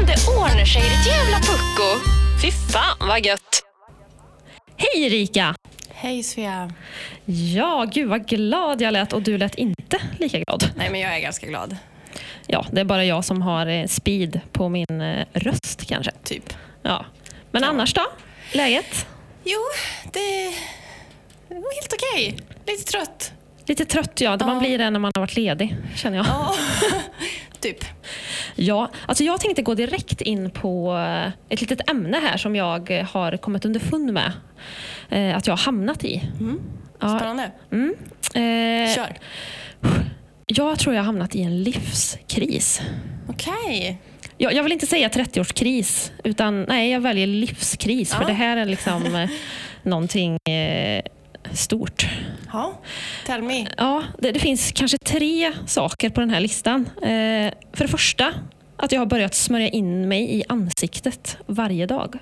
gör sig. Ett jävla pucko. Fy fan vad gött! Hej Erika! Hej Svea. Ja, gud vad glad jag lät och du lät inte lika glad. Nej men jag är ganska glad. Ja, det är bara jag som har eh, speed på min eh, röst kanske. Typ. Ja. Men annars då? Läget? Jo, det det var helt okej. Lite trött. Lite trött ja, det man blir det när man har varit ledig känner jag. Ja, typ. Ja, alltså jag tänkte gå direkt in på eh, ett litet ämne här som jag eh, har kommit underfund med eh, att jag har hamnat i. Ja, Spännande. mm. eh, Kör. jag tror jag har hamnat i en livskris. Okej. Jag, jag vill inte säga 30-årskris, utan nej, jag väljer livskris. För Ja. det här är liksom eh, någonting eh, stort. Ja, tell me. Ja, det, det finns kanske tre saker på den här listan. Eh, för det första, att jag har börjat smörja in mig i ansiktet varje dag.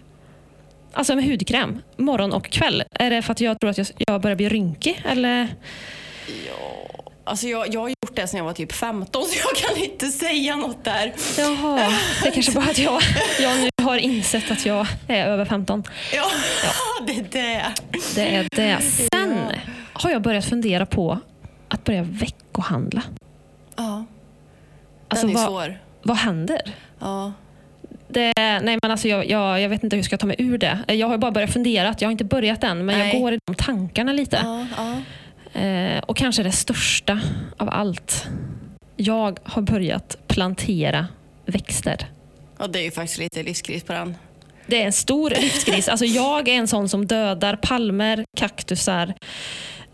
Alltså med hudkräm, morgon och kväll. Är det för att jag tror att jag, jag börjar bli rynkig? Eller? Alltså jag, jag har gjort det sedan jag var typ 15 så jag kan inte säga något där. Jaha, det är kanske bara att jag, jag nu har insett att jag är över 15. Ja, det är det. Det är det. Sen har jag börjat fundera på att börja veckohandla. Ja, Alltså, den är vad, svår. vad händer? Ja. Det, nej, men alltså, jag, jag, jag vet inte hur jag ska ta mig ur det. Jag har bara börjat fundera. Jag har inte börjat än, men Nej. jag går i de tankarna lite. Ja, ja. Eh, och kanske det största av allt. Jag har börjat plantera växter. Och det är ju faktiskt lite livskris på den. Det är en stor livskris. Alltså jag är en sån som dödar palmer, kaktusar.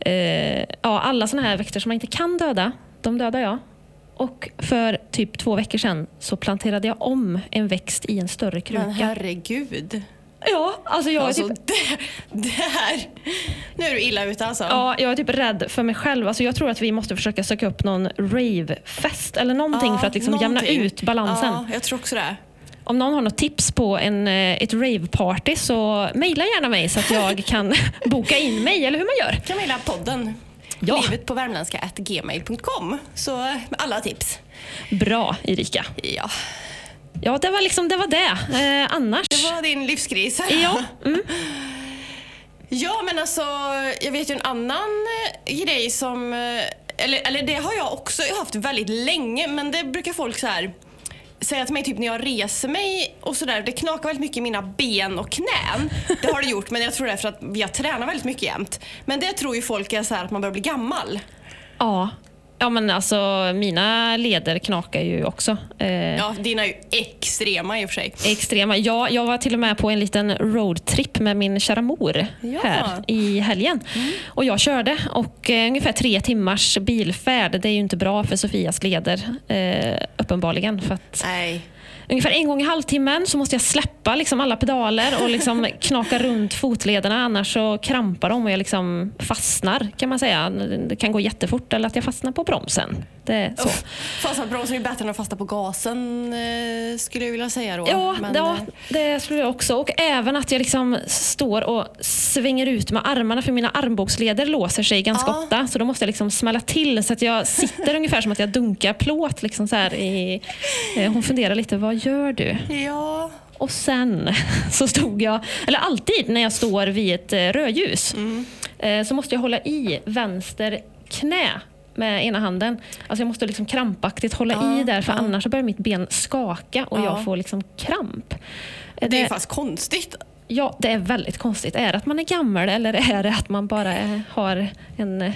Eh, ja, alla såna här växter som man inte kan döda, de dödar jag. Och för typ två veckor sedan så planterade jag om en växt i en större kruka. Men herregud. Ja, alltså jag, är Alltså typ, det, det här. Nu är du illa ute alltså. ja, jag är typ rädd för mig själv. Alltså jag tror att vi måste försöka söka upp någon ravefest eller någonting Ja, för att liksom någonting. jämna ut balansen. Ja, jag tror också det. Om någon har något tips på en, eh, ett raveparty så mejla gärna mig så att jag kan boka in mig, eller hur man gör. Kan mejla podden. Ja. Livet på värmländska at gmail.com. Så med alla tips. Bra Erika. Ja, Ja, det var liksom det. Var det. Eh, annars? det var din livskris. Ja, mm. Ja, men alltså, jag vet ju en annan eh, grej som... eh, Eller, eller det har jag också haft väldigt länge, men det brukar folk så här säga till mig typ när jag reser mig och sådär. Det knakar väldigt mycket i mina ben och knän. Det har det gjort, men jag tror det är för att jag tränar väldigt mycket jämt. Men det tror ju folk är så här att man börjar bli gammal. ja. ja, men alltså mina leder knakar ju också. Eh, Ja, dina är ju extrema i och för sig. Extrema. Ja, jag var till och med på en liten roadtrip med min kära mor Ja. här i helgen. Och jag körde och eh, ungefär tre timmars bilfärd. Det är ju inte bra för Sofias leder eh, uppenbarligen. För att Nej. ungefär en gång i halvtimmen så måste jag släppa liksom alla pedaler och liksom knaka runt fotlederna annars så krampar de och jag liksom fastnar kan man säga. Det kan gå jättefort eller att jag fastnar på bromsen. Det är så. Fasta på bromsen är ju bättre än att fasta på gasen eh, skulle jag vilja säga då. Ja, Men, ja, eh, det skulle jag också. Och även att jag liksom står och svänger ut med armarna för mina armbågsleder låser sig ganska Ja. ofta. Så då måste jag liksom smälla till så att jag sitter ungefär som att jag dunkar plåt. Liksom så här i, eh, hon funderar lite, vad gör du? eh, Ja, Och sen så stod jag, eller alltid när jag står vid ett eh, rödljus, Mm. eh, så måste jag hålla i vänster knä med ena handen. Alltså jag måste liksom krampaktigt hålla i där för annars så börjar mitt ben skaka och Ja. jag får liksom kramp. Eh, det är ju fast konstigt. ja, det är väldigt konstigt. Är det att man är gammal eller är det att man bara eh, har en eh,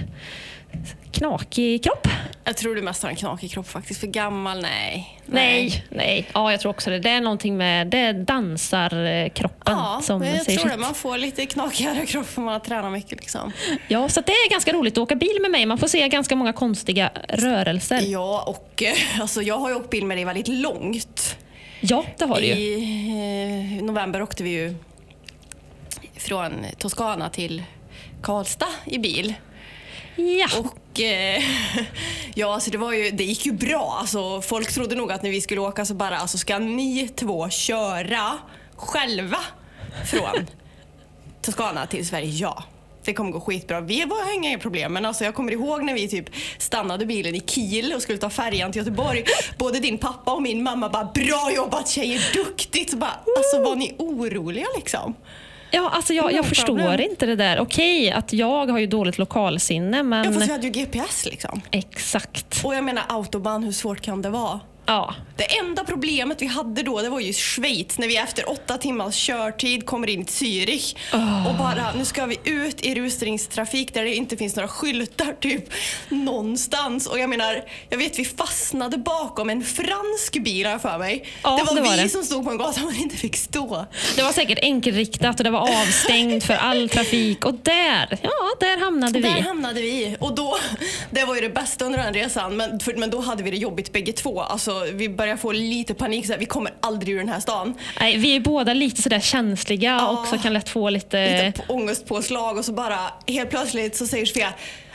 knakig kropp? Jag tror du mest har en knakig kropp faktiskt. För gammal, nej. Nej, nej. Ja, jag tror också det. Det är någonting med det är dansarkroppen Ja, som men jag säger tror sitt. det. Man får lite knakigare kropp för man har tränat mycket. Liksom. Ja, så att det är ganska roligt att åka bil med mig. Man får se ganska många konstiga rörelser. Ja, och eh, alltså, jag har ju åkt bil med dig väldigt långt. Ja, det har du ju. I eh, november åkte vi ju från Toscana till Karlstad i bil. Ja, Och eh, ja, alltså det, var ju, det gick ju bra. Alltså, folk trodde nog att när vi skulle åka så bara, alltså ska ni två köra själva från Toscana till Sverige? Ja. det kommer gå skitbra. Vi var- har inga problem, men alltså jag kommer ihåg när vi typ stannade bilen i Kiel och skulle ta färjan till Göteborg. Både din pappa och min mamma bara “Bra jobbat tjejer, duktigt!” så bara, Alltså var ni oroliga liksom? Ja, alltså jag, No jag förstår problem. inte det där. Okej att jag har ju dåligt lokalsinne, Ja, men fast vi hade ju GPS liksom. exakt. Och jag menar autobahn, hur svårt kan det vara? Ja, Det enda problemet vi hade då det var ju Schweiz när vi efter åtta timmars körtid kommer in i Zürich Ah. och bara nu ska vi ut i rusningstrafik där det inte finns några skyltar typ någonstans. Och jag menar, jag vet vi fastnade bakom en fransk bil har jag för mig. Ja, det var det var vi det. som stod på en gata man inte fick stå. det var säkert enkelriktat och det var avstängt för all trafik. Och där, ja, där hamnade Där vi. hamnade vi. Och då, det var ju det bästa under den resan, men, för, men då hade vi det jobbigt bägge två. Alltså, vi började få lite panik, så här, vi kommer aldrig ur den här stan. Nej, vi är båda lite sådär känsliga och också kan lätt få lite... lite p- ångestpåslag och så bara helt plötsligt så säger Sofia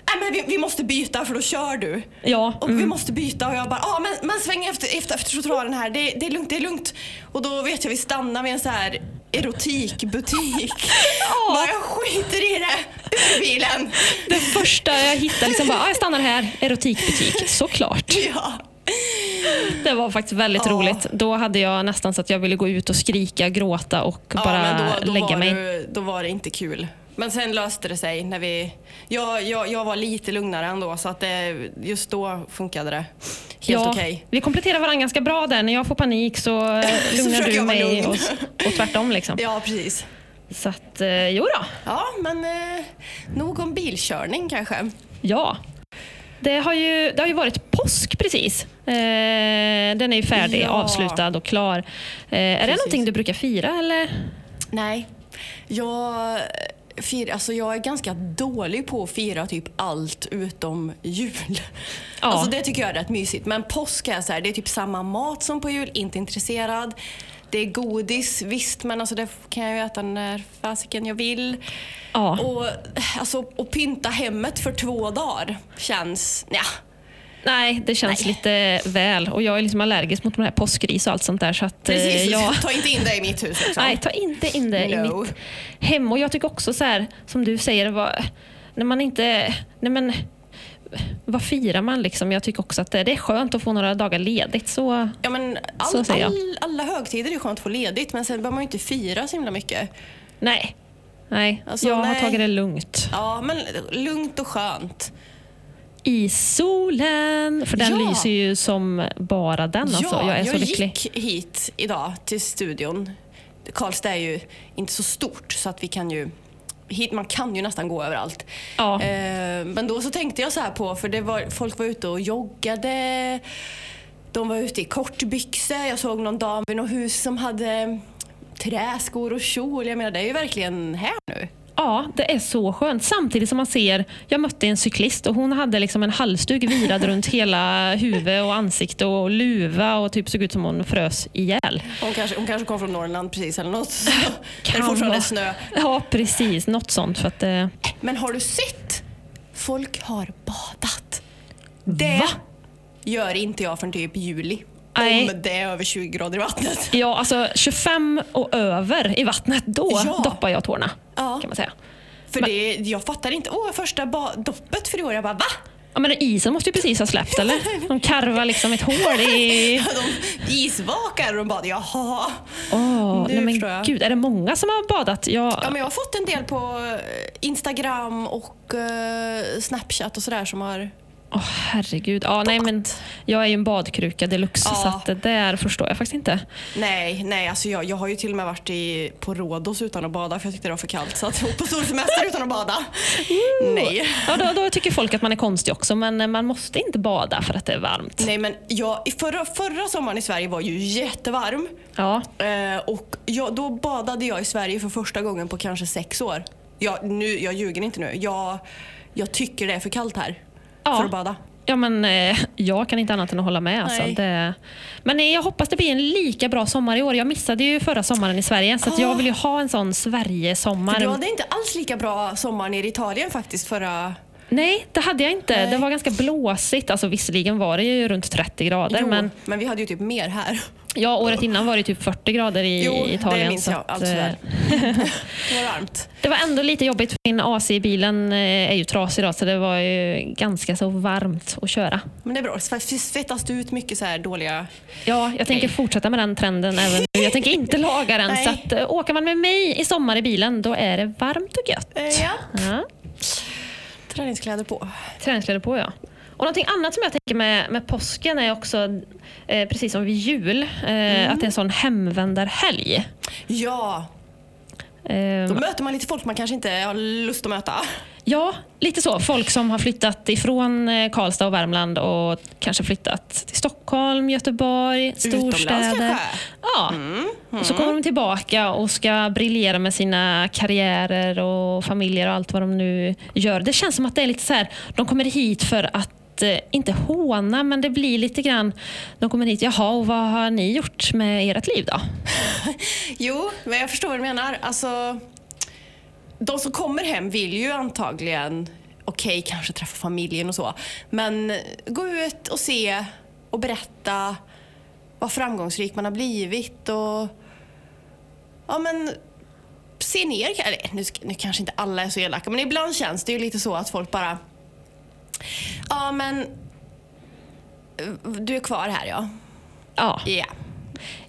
Nej men vi, vi måste byta för då kör du. Ja, mm. Och vi måste byta och jag bara, ja men, men sväng efter, efter, efter trottoaren här, det, det är lugnt, det är lugnt. Och då vet jag vi stannar vid en så här erotikbutik. Ja. Bara jag skiter i det, ur bilen. Det första jag hittade, liksom bara, "Ah, jag stannar här, erotikbutik, såklart. Ja. Det var faktiskt väldigt Ja. roligt. Då hade jag nästan så att jag ville gå ut och skrika, gråta och Ja, bara men då, då lägga var mig. Det, då var det inte kul. Men sen löste det sig när vi... Jag, jag, jag var lite lugnare ändå så att det, just då funkade det. Helt Ja, okej. Vi kompletterar varandra ganska bra där. När jag får panik så eh, lugnar försöker du jag vara mig lugn. och, s- och tvärtom. Liksom. Ja, precis. Så att, eh, jo då. Ja, men eh, nog om bilkörning kanske. Ja. Det har, ju, det har ju varit påsk precis. Eh, den är ju färdig, Ja. avslutad och klar. Eh, är det någonting du brukar fira eller? Nej. Jag, eh, fir, alltså jag är ganska dålig på att fira typ allt utom jul. Ja. Alltså det tycker jag är rätt mysigt. Men påsk är så här, det är typ samma mat som på jul, inte intresserad. Det är godis, visst, men alltså det kan jag ju äta när fasiken jag vill. Ja. Och alltså, att pynta hemmet för två dagar känns... Ja. Nej, det känns lite väl. Och jag är liksom allergisk mot de här påskris och allt sånt där. Så att, eh, Precis, jag, ta inte in det i mitt hus. Liksom. nej, ta inte in det i No. mitt hem. Och jag tycker också så här, som du säger, vad, när man inte... Nej men, vad firar man liksom? Jag tycker också att det, det är skönt att få några dagar ledigt. Så, Ja, men Så all, säger jag. all, alla högtider är skönt att få ledigt men sen behöver man ju inte fira så himla mycket. nej. Nej, Alltså, jag har nej. tagit det lugnt. Ja, men lugnt och skönt. I solen! För den Ja. lyser ju som bara den. Alltså. ja, jag är jag så lycklig. gick hit idag till studion. Karlstad är ju inte så stort så att vi kan ju Hit, man kan ju nästan gå överallt. Ja. Eh, men då så tänkte jag så här på, för det var, folk var ute och joggade. De var ute i kortbyxor. Jag såg någon dam vid något hus som hade träskor och kjol. Jag menar det är ju verkligen här nu. Ja, det är så skönt. Samtidigt som man ser, jag mötte en cyklist och hon hade liksom en halsduk virad runt hela huvud och ansikte och luva och typ såg ut som hon frös ihjäl. Hon kanske, hon kanske kom från Norrland precis eller något. Så, där det Kan fortfarande är vara. snö. Ja, precis. Något sånt. För att, eh, Men har du sett? Folk har badat. Det Va? gör inte jag förrän typ juli. Nej. Om det är över 20 grader i vattnet. ja, alltså 25 och över i vattnet, då Ja. doppar jag tårna. Ja. Kan man säga. För det, jag fattar inte. Åh, första ba- doppet för i år. Jag bara va? Ja, men isen måste ju precis ha släppt, eller? De karvar liksom ett hål i... De isvakar och de bara jaha. Åh, Nu nej förstår jag. men gud, är det många som har badat? Jag, Ja, men jag har fått en del på eh, Instagram och eh, Snapchat och sådär som har... Åh herregud. Ja, nej, men jag är ju en badkruka deluxe, Ja. så att det där förstår jag faktiskt inte. Nej, nej alltså jag, jag har ju till och med varit i, på Rhodos utan att bada för jag tyckte det var för kallt. Så att, och på solsemester utan att bada. Nej. Ja, då, då tycker folk att man är konstig också, men eh, man måste inte bada för att det är varmt. Nej men jag, i förra, förra sommaren i Sverige var ju jättevarm. Ja, Eh, och jag, då badade jag i Sverige för första gången på kanske sex år. Jag, nu, jag ljuger inte nu. Jag, jag tycker det är för kallt här Ja. för att bada. ja men eh, jag kan inte annat än att hålla med. Alltså. Nej. Det, men eh, jag hoppas det blir en lika bra sommar i år. Jag missade ju förra sommaren i Sverige, så att jag vill ju ha en sån Ah. För Sverige-sommar. du hade inte alls lika bra sommar nere i Italien faktiskt förra... Nej, det hade jag inte. Det var ganska blåsigt. Alltså, visserligen var det ju runt 30 grader, Jo, men men vi hade ju typ mer här. Ja, året innan var det typ 40 grader i Jo, i det Italien. minns så jag, att, allt för eh, väl. Det var varmt. det var ändå lite jobbigt. för Min AC i bilen eh, är ju trasig idag så det var ju ganska så varmt att köra. Men det är bra. Svettas du ut mycket så här dåliga... Ja, jag tänker fortsätta med den trenden även nu. Jag tänker inte laga den. Nej. Så att, eh, åker man med mig i sommar i bilen, då är det varmt och gött. Eh, ja. Ja. Träningskläder på. Träningskläder på, ja. Och någonting annat som jag tänker med, med påsken är också, eh, precis som vid jul, eh, Mm. att det är en sån hemvändarhelg. Ja, Eh, då möter man lite folk man kanske inte har lust att möta. ja, lite så. Folk som har flyttat ifrån eh, Karlstad och Värmland och kanske flyttat till Stockholm, Göteborg, Utomlands storstäder. kanske. Ja. Och så kommer de tillbaka och ska briljera med sina karriärer och familjer och allt vad de nu gör. Det känns som att det är lite så här, de kommer hit för att eh, inte håna, men det blir lite grann... De kommer hit, jaha, och vad har ni gjort med ert liv då? Jo, men jag förstår vad du menar. Alltså, de som kommer hem vill ju antagligen, okej, kanske träffa familjen och så, men gå ut och se och berätta vad framgångsrik man har blivit och ja, men se ner. Eller, nu, nu kanske inte alla är så elaka, men ibland känns det ju lite så att folk bara, ja men du är kvar här ja. Ja, Ja.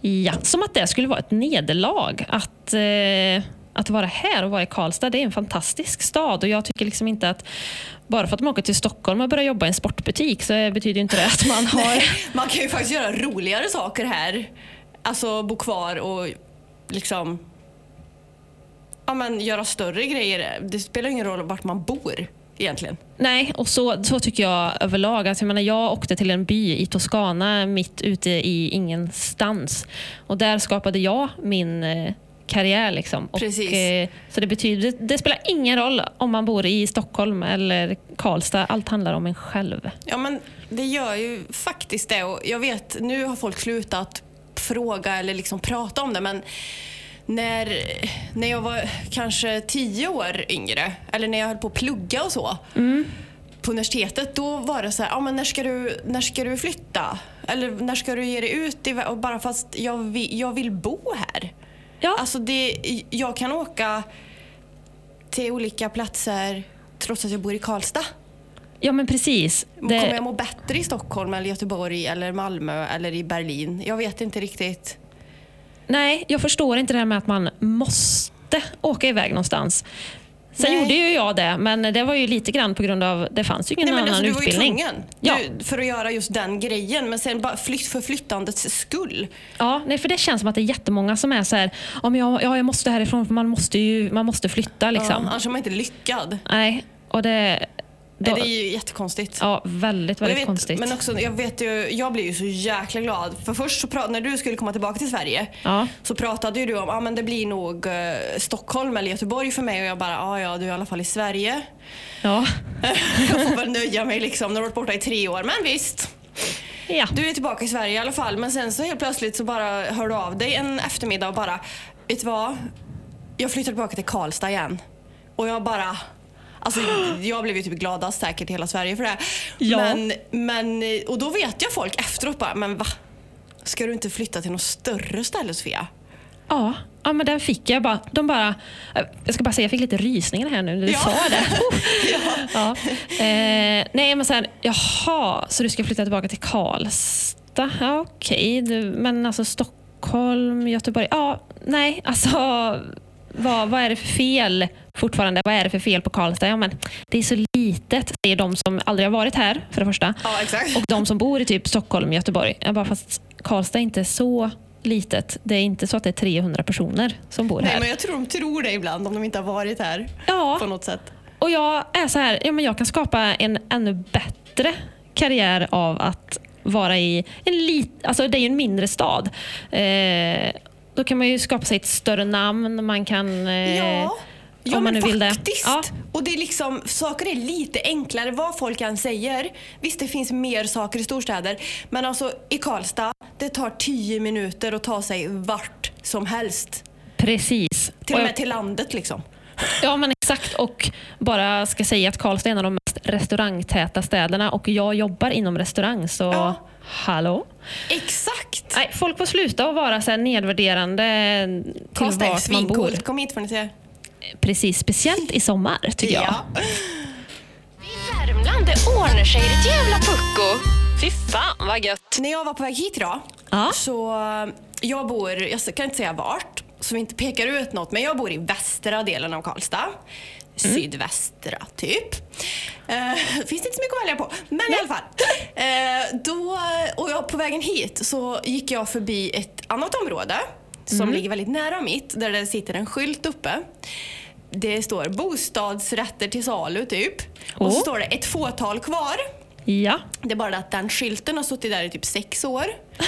ja. som att det skulle vara ett nederlag att, eh, att vara här och vara i Karlstad. Det är en fantastisk stad och jag tycker liksom inte att bara för att man åker till Stockholm och börjar jobba i en sportbutik så eh, betyder ju inte det att man har Man kan ju faktiskt göra roligare saker här. Alltså bo kvar och liksom ja, men, göra större grejer. Det spelar ingen roll vart man bor egentligen. Nej, och så, så tycker jag överlag. Alltså, jag, menar, jag åkte till en by i Toscana mitt ute i ingenstans. Och där skapade jag min eh, karriär. Liksom. Och, Precis. eh, så det, betyder, det spelar ingen roll om man bor i Stockholm eller Karlstad. Allt handlar om en själv. Ja men det gör ju faktiskt det och jag vet nu har folk slutat fråga eller liksom prata om det men när, när jag var kanske tio år yngre eller när jag höll på att plugga och så på universitetet då var det så här, ah, men när, ska du, när ska du flytta? Eller när ska du ge dig ut? I, vä- och bara fast jag vill, jag vill bo här. Ja, Alltså det, jag kan åka till olika platser trots att jag bor i Karlstad. ja men precis. Det- Kommer jag må bättre i Stockholm, eller Göteborg, eller Malmö eller i Berlin? Jag vet inte riktigt. Nej, jag förstår inte det här med att man måste åka iväg någonstans. Sen Nej. gjorde ju jag det, men det var ju lite grann på grund av det fanns ju ingen Nej, men annan alltså, du var ju utbildning. tvungen Ja. du, för att göra just den grejen. Men sen bara flytt för flyttandets skull. Ja, nej, för det känns som att det är jättemånga som är så här, ja, men jag, ja, jag måste härifrån för man måste ju man måste flytta. Ja, Liksom. annars är man inte lyckad. Nej, och det, då, Nej, det är ju jättekonstigt. ja, väldigt, Och väldigt jag vet, konstigt. Men också, jag, vet ju, jag blev ju så jäkla glad. För först så pra- när du skulle komma tillbaka till Sverige Ja. så pratade ju du om att ah, men det blir nog eh, Stockholm eller Göteborg för mig. Och jag bara, ah, ja du är i alla fall i Sverige. ja. jag får väl nöja mig liksom. Nu har du varit borta i tre år. Men visst. Ja. Du är tillbaka i Sverige i alla fall men sen så helt plötsligt så bara hör du av dig en eftermiddag och bara Vet du vad? Jag flyttar tillbaka till Karlstad igen. Och jag bara Alltså jag blev ju typ gladast säkert i hela Sverige för det. Ja. Men, men, och då vet jag folk efteråt bara, men va? Ska du inte flytta till något större ställe Sofia? Ja, ja, men den fick jag. Bara, de bara, eh, jag ska bara säga, jag fick lite rysningar här nu när du Ja. sa det. ja. eh, nej, men sen, jaha, så du ska flytta tillbaka till Karlstad? Ja, okej, du, men alltså Stockholm, Göteborg? Ja, nej, alltså vad, vad är det för fel fortfarande? Vad är det för fel på Karlstad? Ja, men det är så litet, säger de som aldrig har varit här, för det första. Ja exakt. Och de som bor i typ Stockholm, Göteborg. Jag bara, fast Karlstad är inte så litet. Det är inte så att det är 300 personer som bor Nej här. men jag tror de tror det ibland om de inte har varit här på Ja, något sätt. och jag är så här, ja, men jag kan skapa en ännu bättre karriär av att vara i en liten, alltså det är ju en mindre stad. Eh, då kan man ju skapa sig ett större namn, man kan... eh, Ja, ja om man men nu vill det. faktiskt. Ja. Och det är liksom, saker är lite enklare vad folk än säger. Visst det finns mer saker i storstäder men alltså i Karlstad det tar 10 minuter att ta sig vart som helst. Precis. Till och Och jag- med till landet liksom. Ja men exakt och bara ska säga att Karlstad är en av de mest restaurangtäta städerna och jag jobbar inom restaurang så Ja. hallå? Exakt! Nej, folk får sluta att vara så här nedvärderande till Karlstad är vart man bor. svincoolt. Kom hit får ni se. Precis, speciellt i sommar tycker jag. I Värmland det ordnar sig ett jävla pucko. Fy fan vad gött. När jag var på väg hit idag, Ja. så eh, jag bor, jag kan inte säga vart, så vi inte pekar ut något, men jag bor i västra delen av Karlstad. Mm. Sydvästra, typ. Eh, finns det inte så mycket att välja på. Men i alla fall. Eh, då, och jag, på vägen hit så gick jag förbi ett annat område som Mm. ligger väldigt nära mitt, där det sitter en skylt uppe. Det står bostadsrätter till salu, typ. Och så Åh. står det ett fåtal kvar. Ja. Det är bara det att den skylten har suttit där i typ sex år.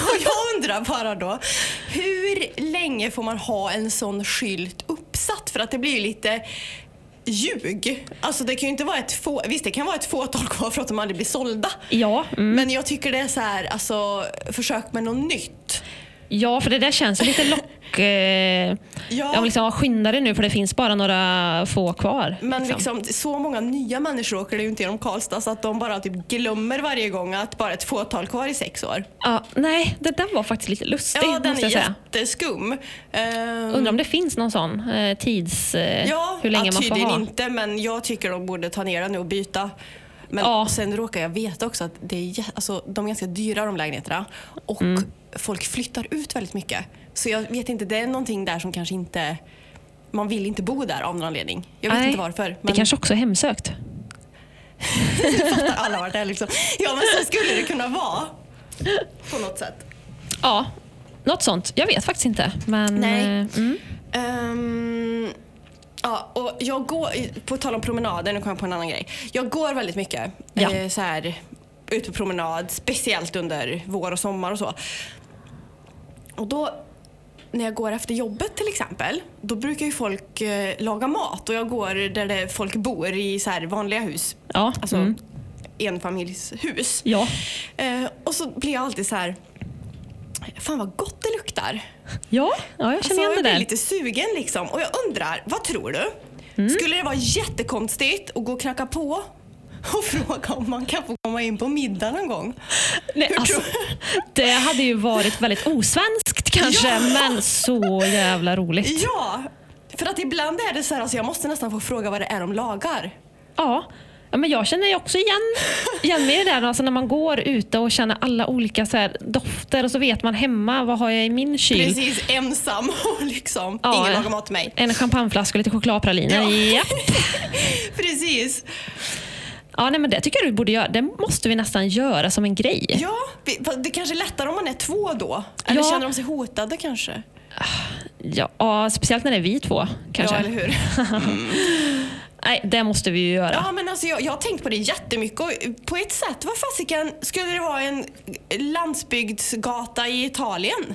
Och jag undrar bara då, hur länge får man ha en sån skylt uppsatt? För att det blir ju lite ljug. Alltså det kan ju inte vara ett få, visst det kan vara ett fåtal kvar för att de aldrig blir sålda. Ja, mm. Men jag tycker det är så här, alltså försök med något nytt. ja, för det där känns ju lite lock... Eh, Ja. jag vill liksom, ja, skynda dig nu för det finns bara några få kvar. Men liksom, så många nya människor åker det ju inte genom Karlstad så att de bara typ glömmer varje gång att bara ett fåtal kvar i sex år. Ja, nej, det där var faktiskt lite lustig. Ja, den måste jag är säga. jätteskum. Ehm, Undrar om det finns någon sån eh, tids... Eh, Ja, hur länge ja, man får tydligen ha. inte, men jag tycker de borde ta ner den och byta. Men Ja. sen råkar jag veta också att det är, jä- alltså, de är ganska dyra de lägenheterna och Mm. folk flyttar ut väldigt mycket. Så jag vet inte, det är någonting där som kanske inte... Man vill inte bo där av någon anledning. Jag vet Nej, inte varför. Det Men kanske också är hemsökt. fattar alla vart det är liksom. Ja, men så skulle det kunna vara. På något sätt. Ja, något sånt. Jag vet faktiskt inte. Men, Nej. eh, mm. Ehm, ja, och jag går, på tal om promenader, nu kommer jag på en annan grej. Jag går väldigt mycket Ja. eh, så här, ut på promenad, speciellt under vår och sommar och så. Och då, när jag går efter jobbet till exempel, då brukar ju folk eh, laga mat och jag går där det folk bor i så här vanliga hus. Ja, Alltså mm. enfamiljshus. ja. Eh, och så blir jag alltid så här, fan vad gott det luktar. Ja, ja, jag känner Alltså, igen det jag blir där. lite sugen liksom. Och jag undrar, vad tror du? Mm. Skulle det vara jättekonstigt att gå och knacka på och fråga om man kan få komma in på middag någon gång? Nej, Hur alltså, tror- det hade ju varit väldigt osvenskt kanske, Ja. men så jävla roligt. Ja, för att ibland är det så här, alltså jag måste nästan få fråga vad det är de lagar. Ja. Ja, men jag känner ju också igen, igen mig i det där alltså när man går ute och känner alla olika så här, dofter och så vet man hemma vad har jag i min kyl. Precis, ensam och liksom, Ja, ingen ja. lagar mat till mig. En champagneflaska och lite chokladpraliner. Ja. Ja. Ja. Precis. nej, men det tycker jag du borde göra. Det måste vi nästan göra som en grej. Ja, vi- fast det kanske är lättare om man är två då. Eller Ja. känner de sig hotade kanske? Ja, speciellt när det är vi två kanske. Ja, eller hur? Nej, det måste vi ju göra. Ja, men alltså, jag, jag har tänkt på det jättemycket. Och på ett sätt, vad fasiken, skulle det vara en landsbygdsgata i Italien?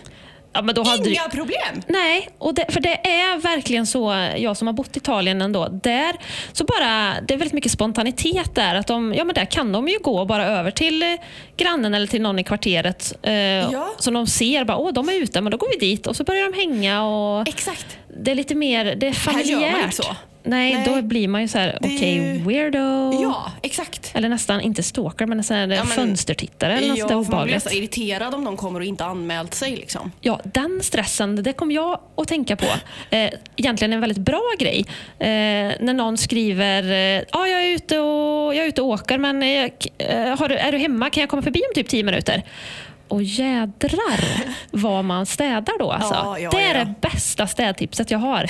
Ja, men då hade Inga problem! Nej, och det, för det är verkligen så, jag som har bott i Italien ändå, där så bara, det är väldigt mycket spontanitet där. Att de, ja, men där kan de ju gå bara över till eh, grannen eller till någon i kvarteret. Eh, Ja. Som de ser, bara, åh de är ute, men då går vi dit och så börjar de hänga. Och Exakt. det är lite mer, det är Här gör man inte familjärt. så. Nej, Nej. då blir man ju så här, Det är okej, ju- weirdo. Ja, exakt. Eller nästan, inte stalker, men nästan Ja, men- fönstertittare eller något Ja, sånt för där man blir obehagligt. nästan irriterad om de kommer och inte har anmält sig. Liksom. Ja, den stressen, det kom jag att tänka på. Eh, egentligen en väldigt bra grej. Eh, när någon skriver, eh, ah, jag, är ute och, jag är ute och åker, men eh, k- eh, har du, är du hemma? Kan jag komma förbi om typ tio minuter? Och jädrar vad man städar då. Alltså. Ja, ja, det är ja. det bästa städtipset jag har.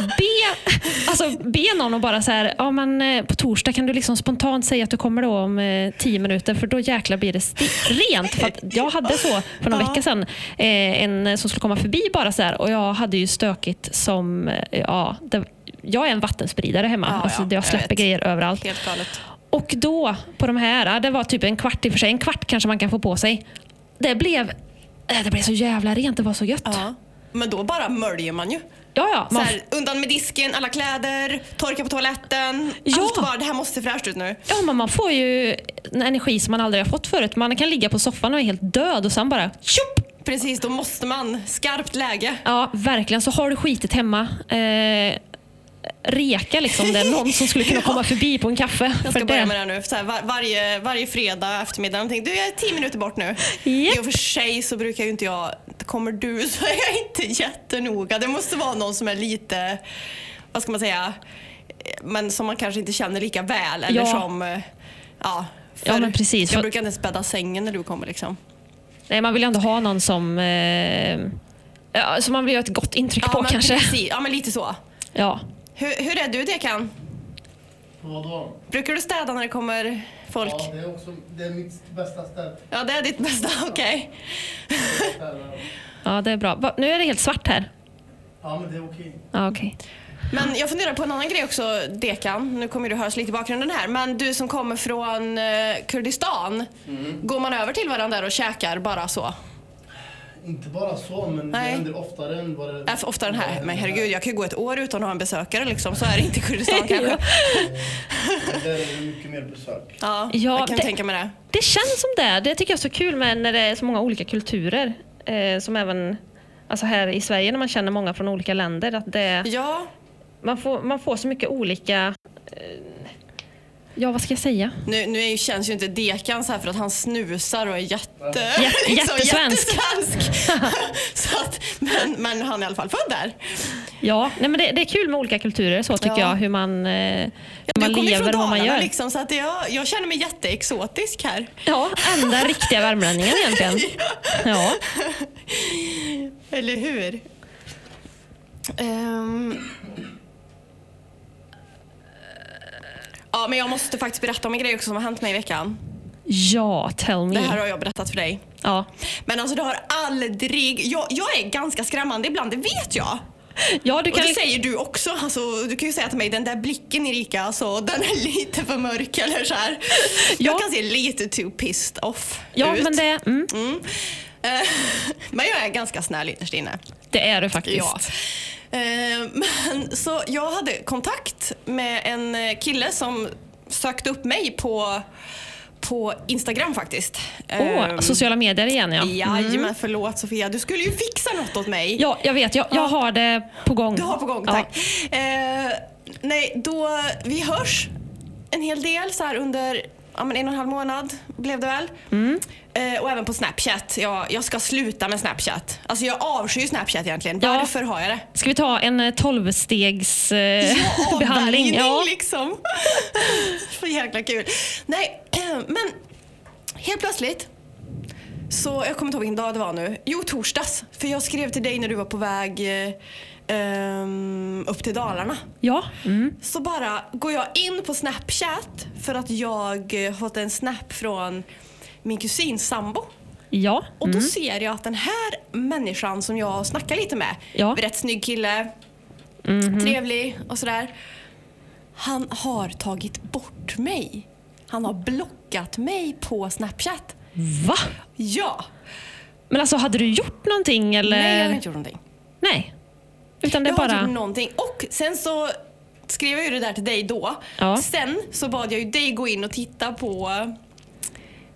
Be, alltså, be någon och bara så här, ja, men, eh, på torsdag kan du liksom spontant säga att du kommer då om eh, tio minuter för då jäklar blir det sti- rent. För att jag hade så för någon Ja. vecka sedan, eh, en som skulle komma förbi bara så här och jag hade ju stökigt som, eh, ja, det, jag är en vattenspridare hemma. Ja, alltså, ja, jag jag släpper vet. grejer överallt. Helt galet. Och då, på de här, ja, det var typ en kvart i och för sig, en kvart kanske man kan få på sig. Det blev, eh, det blev så jävla rent, det var så gött. Ja, Ja. Men då bara möljer man ju. ja, ja Så man, här, undan med disken, alla kläder, torka på toaletten. Ja. Allt bara, det här måste se fräscht ut nu. ja, men man får ju en energi som man aldrig har fått förut. Man kan ligga på soffan och är helt död och sen bara tjopp! Precis, då måste man. Skarpt läge. Ja, verkligen. Så har du skitit hemma. Eh, reka liksom där någon som skulle kunna komma förbi på en kaffe. Jag för ska börja det. med det här nu. För så här, var, varje, varje fredag eftermiddag någonting. Du, jag är tio minuter bort nu. Japp. I och för sig så brukar ju inte jag, kommer du så är jag inte jättenoga. Det måste vara någon som är lite, vad ska man säga, eh, men som man kanske inte känner lika väl. Eller Ja. som, eh, ja. Ja, för men precis. Jag För- brukar inte ens bädda sängen när du kommer liksom. Nej, man vill ju ändå ha någon som eh, ja, som man vill göra ett gott intryck på men kanske. Precis, ja men lite så. Ja. Hur, hur är du Dekan? Vadå? Brukar du städa när det kommer folk? Ja, Ja, det är också det är mitt bästa ställe. det är ditt bästa, okej. ja, det är bra. Va, nu är det helt svart här. Ja, men det är okej. Ja, okej. Men jag funderar på en annan grej också, Dekan. Nu kommer du höras lite i bakgrunden här. Men du som kommer från eh, Kurdistan. Går man över till varandra där och käkar bara så? Inte bara så, men Nej. det händer oftare än vad det... Äh, för ofta den här. Ja, Men herregud, jag kan ju gå ett år utan att ha en besökare liksom. Så är det inte i Kurdistan kanske. Där är det mycket mer besök. Ja, Ja, jag kan det- tänka mig det. Det känns som det. Det tycker jag är så kul med när det är så många olika kulturer. Eh, som även alltså här i Sverige när man känner många från olika länder. Att det, Ja, man, får, man får så mycket olika... eh, Ja, vad ska jag säga? nu, nu är ju, känns ju inte Dekan så här för att han snusar och är jätte... liksom Jätte- jättesvensk. jättesvensk. så att, men, men han är i alla fall född där. Ja, nej, men det, det är kul med olika kulturer så tycker Ja. jag. Hur man, eh, hur Du man kommer ju lever från och vad man Dalarna gör. liksom, så att jag, jag känner mig jätteexotisk här. Ja, enda riktiga värmlänningen egentligen. Ja. Eller hur? Ehm. Ja, men jag måste faktiskt berätta om en grej också som har hänt mig i veckan. ja, tell Det här me. har jag berättat för dig. Ja. Men alltså det har aldrig... Jag, jag är ganska skrämmande ibland, det vet jag. Ja, du Och kan... det säger du också. Alltså, du kan ju säga till mig, den där blicken Erika, alltså, den är lite för mörk eller så här. Jag Ja. kan se lite too pissed off Ja, ut. men det, mm, Mm. Eh, men jag är ganska snäll ytterst inne. det är du faktiskt. Ja. Eh, Men, så jag hade kontakt med en eh, kille som sökte upp mig på, på Instagram faktiskt. Åh, alltså, Ehm, sociala medier igen ja. Jajamän, förlåt Sofia. Du skulle ju fixa något åt mig. Ja, jag vet. Jag, jag har det på gång. Du har på gång, Ja. tack. Eh, nej, då, vi hörs en hel del så här under ja, men en och en halv månad blev det väl. Mm. Eh, och även på Snapchat. Jag, jag ska sluta med Snapchat. Alltså jag avskyr Snapchat egentligen. Ja. Varför har jag det? Ska vi ta en eh, tolvstegs Ja, eh, behandling? avvärjning Ja. liksom. Så jäkla kul. Nej, men helt plötsligt så, jag kommer inte ihåg vilken dag det var nu. Jo, torsdags. För jag skrev till dig när du var på väg eh, ehm, upp till Dalarna. ja. Mm. Så bara går jag in på Snapchat för att jag eh, har fått en snap från min kusins sambo. Ja. Och då ser jag att den här människan som jag snackar lite med, Ja. Mhm. rätt snygg kille, trevlig och sådär. Han har tagit bort mig. Han har blockat mig på Snapchat. Va? Ja! Men alltså hade du gjort någonting eller? Nej, jag har inte gjort någonting. Nej. Utan det är Jag typ har bara... inte gjort någonting. Och sen så skrev jag ju det där till dig då. Ja. Sen så bad jag ju dig gå in och titta på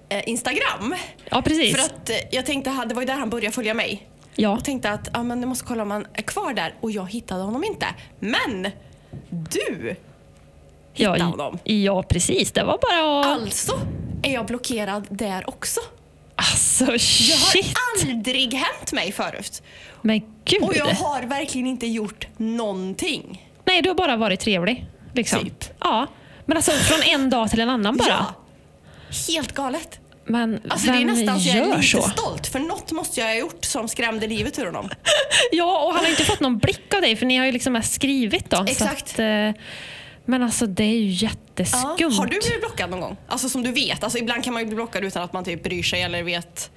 eh, Instagram. Ja, precis. För att eh, jag tänkte, ha- det var ju där han började följa mig. Ja. Och tänkte att ah, men jag måste kolla om han är kvar där. Och jag hittade honom inte. Men du! ja, hitta honom. Ja, precis. Det var bara att... Alltså är jag blockerad där också. Alltså Det har shit. aldrig hänt mig förut. Men gud. Och jag har verkligen inte gjort någonting. Nej, du har bara varit trevlig. Liksom. Typ. Ja. Men alltså från en dag till en annan bara. Ja. Helt galet. Men Alltså vem det är nästan så jag är gör lite så? stolt för något måste jag ha gjort som skrämde livet ur honom. Ja, och han har inte fått någon blick av dig för ni har ju liksom mest skrivit då. Exakt. Så att, eh, men alltså det är ju jätteskumt. Ja. Har du blivit blockad någon gång? Alltså som du vet, alltså ibland kan man ju bli blockad utan att man typ bryr sig eller vet.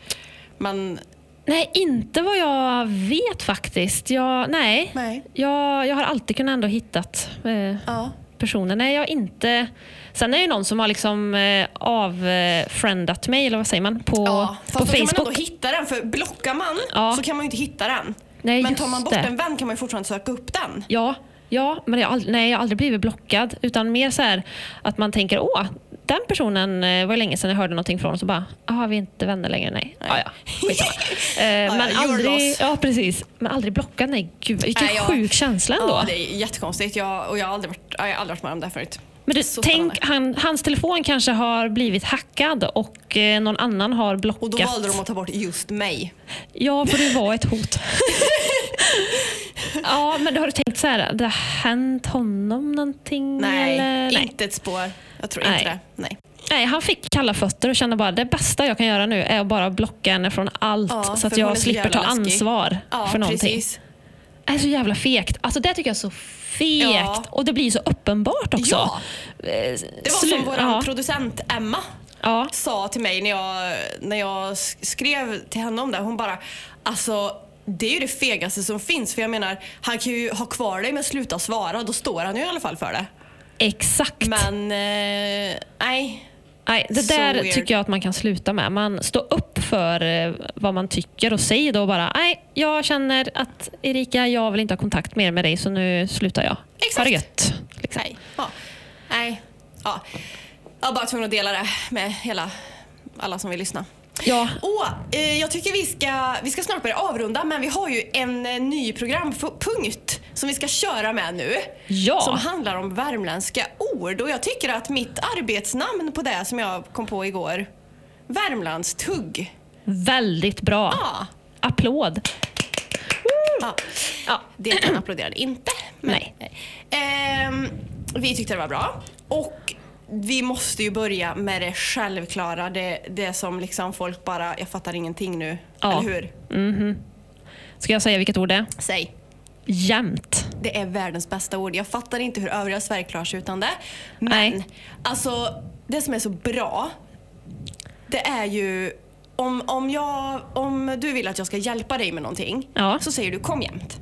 Men Nej, inte vad jag vet faktiskt. Jag, nej. Nej. Jag, jag har alltid kunnat ändå hittat eh, ja. personen. Nej, jag har inte... Sen är det ju någon som har liksom eh, avfriendat mig, eller vad säger man, på, ja. Fast på då kan man Facebook. ändå hitta den för blockar man Ja. så kan man ju inte hitta den. Nej, men tar just man bort det. en vän kan man ju fortfarande söka upp den. Ja, ja men jag, har ald- nej, jag har aldrig blivit blockad. Utan mer så här att man tänker, åh, Den personen eh, var ju länge sedan jag hörde någonting från så bara, jaha vi är inte vänner längre, nej. nej. Ah, ja. Skitsamma. Eh, ja, men your aldrig, loss. ja, precis. Men aldrig blockad, nej gud vilken Nej, jag- sjuk känsla ändå. Ja, det är jättekonstigt. Jag, och jag har aldrig varit, jag har aldrig varit med om det här förut. Men du, Så tänk, spännande. han, hans telefon kanske har blivit hackad och eh, någon annan har blockat. Och då valde de att ta bort just mig. Ja, för du var ett hot. ja, men har du tänkt så här, det har hänt honom någonting? Nej, eller? Nej. inte ett spår. Jag tror Nej. inte det. Nej. Nej, han fick kalla fötter och kände bara det bästa jag kan göra nu är att bara blocka henne från allt Ja, så för att hon är jag så slipper ta jävla läskig. ansvar Ja, för någonting. precis. Det är så jävla fegt. Alltså det tycker jag är så fegt. Ja. Och det blir så uppenbart också. Eh, Ja. Det var som vår ja. producent Emma ja. sa till mig när jag, när jag sk- skrev till henne om det. Hon bara, alltså det är ju det fegaste som finns. För jag menar, han kan ju ha kvar dig men sluta svara. Då står han ju i alla fall för det. Exakt. Men eh, nej. Nej, det So där weird. tycker jag att man kan sluta med. Man står upp för eh, vad man tycker och säger då bara nej, jag känner att Erika, jag vill inte ha kontakt mer med dig så nu slutar jag. Ha Exakt. det gött. Liksom. Nej. Ja. nej. Ja. Jag var bara tvungen att dela det med hela, alla som vill lyssna. Ja, Och, eh, jag tycker vi ska, vi ska snart börja avrunda men vi har ju en eh, ny programpunkt som vi ska köra med nu. Ja. Som handlar om värmländska ord och jag tycker att mitt arbetsnamn på det som jag kom på igår, Värmlandstugg. väldigt bra. Ja. Applåd. Ja. Ja. Deltagarna applåderade inte. Nej. Ehm, vi tyckte det var bra. Och vi måste ju börja med det självklara, det, det som liksom folk bara, jag fattar ingenting nu. Ja. Eller hur? Ska jag säga vilket ord det är? Säg. Jämt. Det är världens bästa ord. Jag fattar inte hur övriga Sverige klarar sig utan det. Men Nej. alltså, det som är så bra, det är ju om, om, jag, om du vill att jag ska hjälpa dig med någonting Ja. så säger du kom jämt.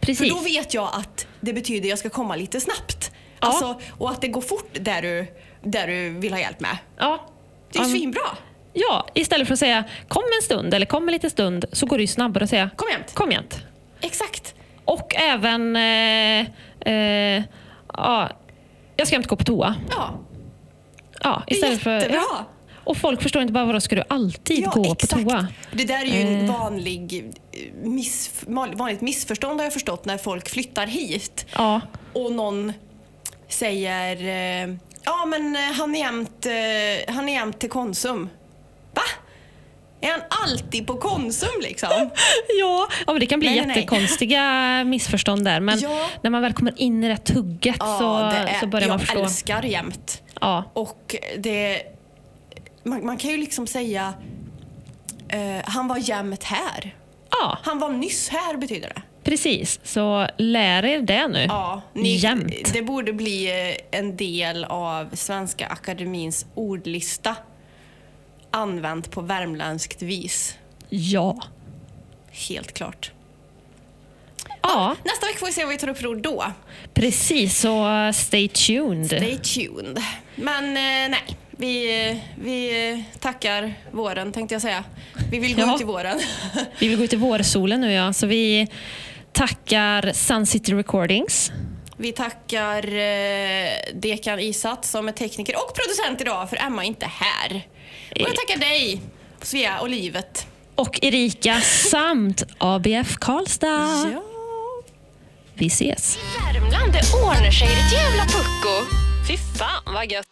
För Precis. då vet jag att det betyder jag ska komma lite snabbt. Ja. Alltså, och att det går fort där du, där du vill ha hjälp med. Ja. Det är ju Om- svinbra. ja, istället för att säga kom en stund eller kom en liten stund så går det ju snabbare att säga Kom jämt. kom jämt. Exakt. Och även... Eh, eh, ja, jag ska inte gå på toa. Ja, Ja, det är istället för, jättebra. ja. Och folk förstår inte bara vadå, ska du alltid gå på toa? Det där är ju en Eh. vanlig eh, miss, vanligt missförstånd har jag förstått när folk flyttar hit Ja, och någon säger eh, ja men eh, han är jämt, eh, han är jämt till Konsum. Va? Är han alltid på Konsum liksom? ja. ja men det kan bli Nej, nej, nej. jättekonstiga missförstånd där. Men Ja. när man väl kommer in i det tugget Ja, så, det är- så börjar man jag förstå. älskar jämt. Ja, Och det, man, man kan ju liksom säga eh, han var jämt här. ja, Han var nyss här betyder det. precis. Så lär er det nu. Ja, ni, Jämt. Det borde bli eh, en del av Svenska Akademins ordlista använt på värmländskt vis. Ja. Helt klart. ja, Nästa vecka får vi se vad vi tar upp för ord då. precis. Så eh, stay tuned. Stay tuned. Men eh, nej, vi, eh, vi eh, tackar våren tänkte jag säga. Vi vill gå Ja. ut i våren. Vi vill gå ut i vårsolen nu ja, så vi tackar Sun City Recordings. Vi tackar eh, Dekan Isat som är tekniker och producent idag för Emma är inte här. Och jag tackar dig Svea och livet. och Erika samt ABF Karlstad. Vi ses. Värmland, det ordnar sig i ditt jävla pucko. Fy fan vad gött.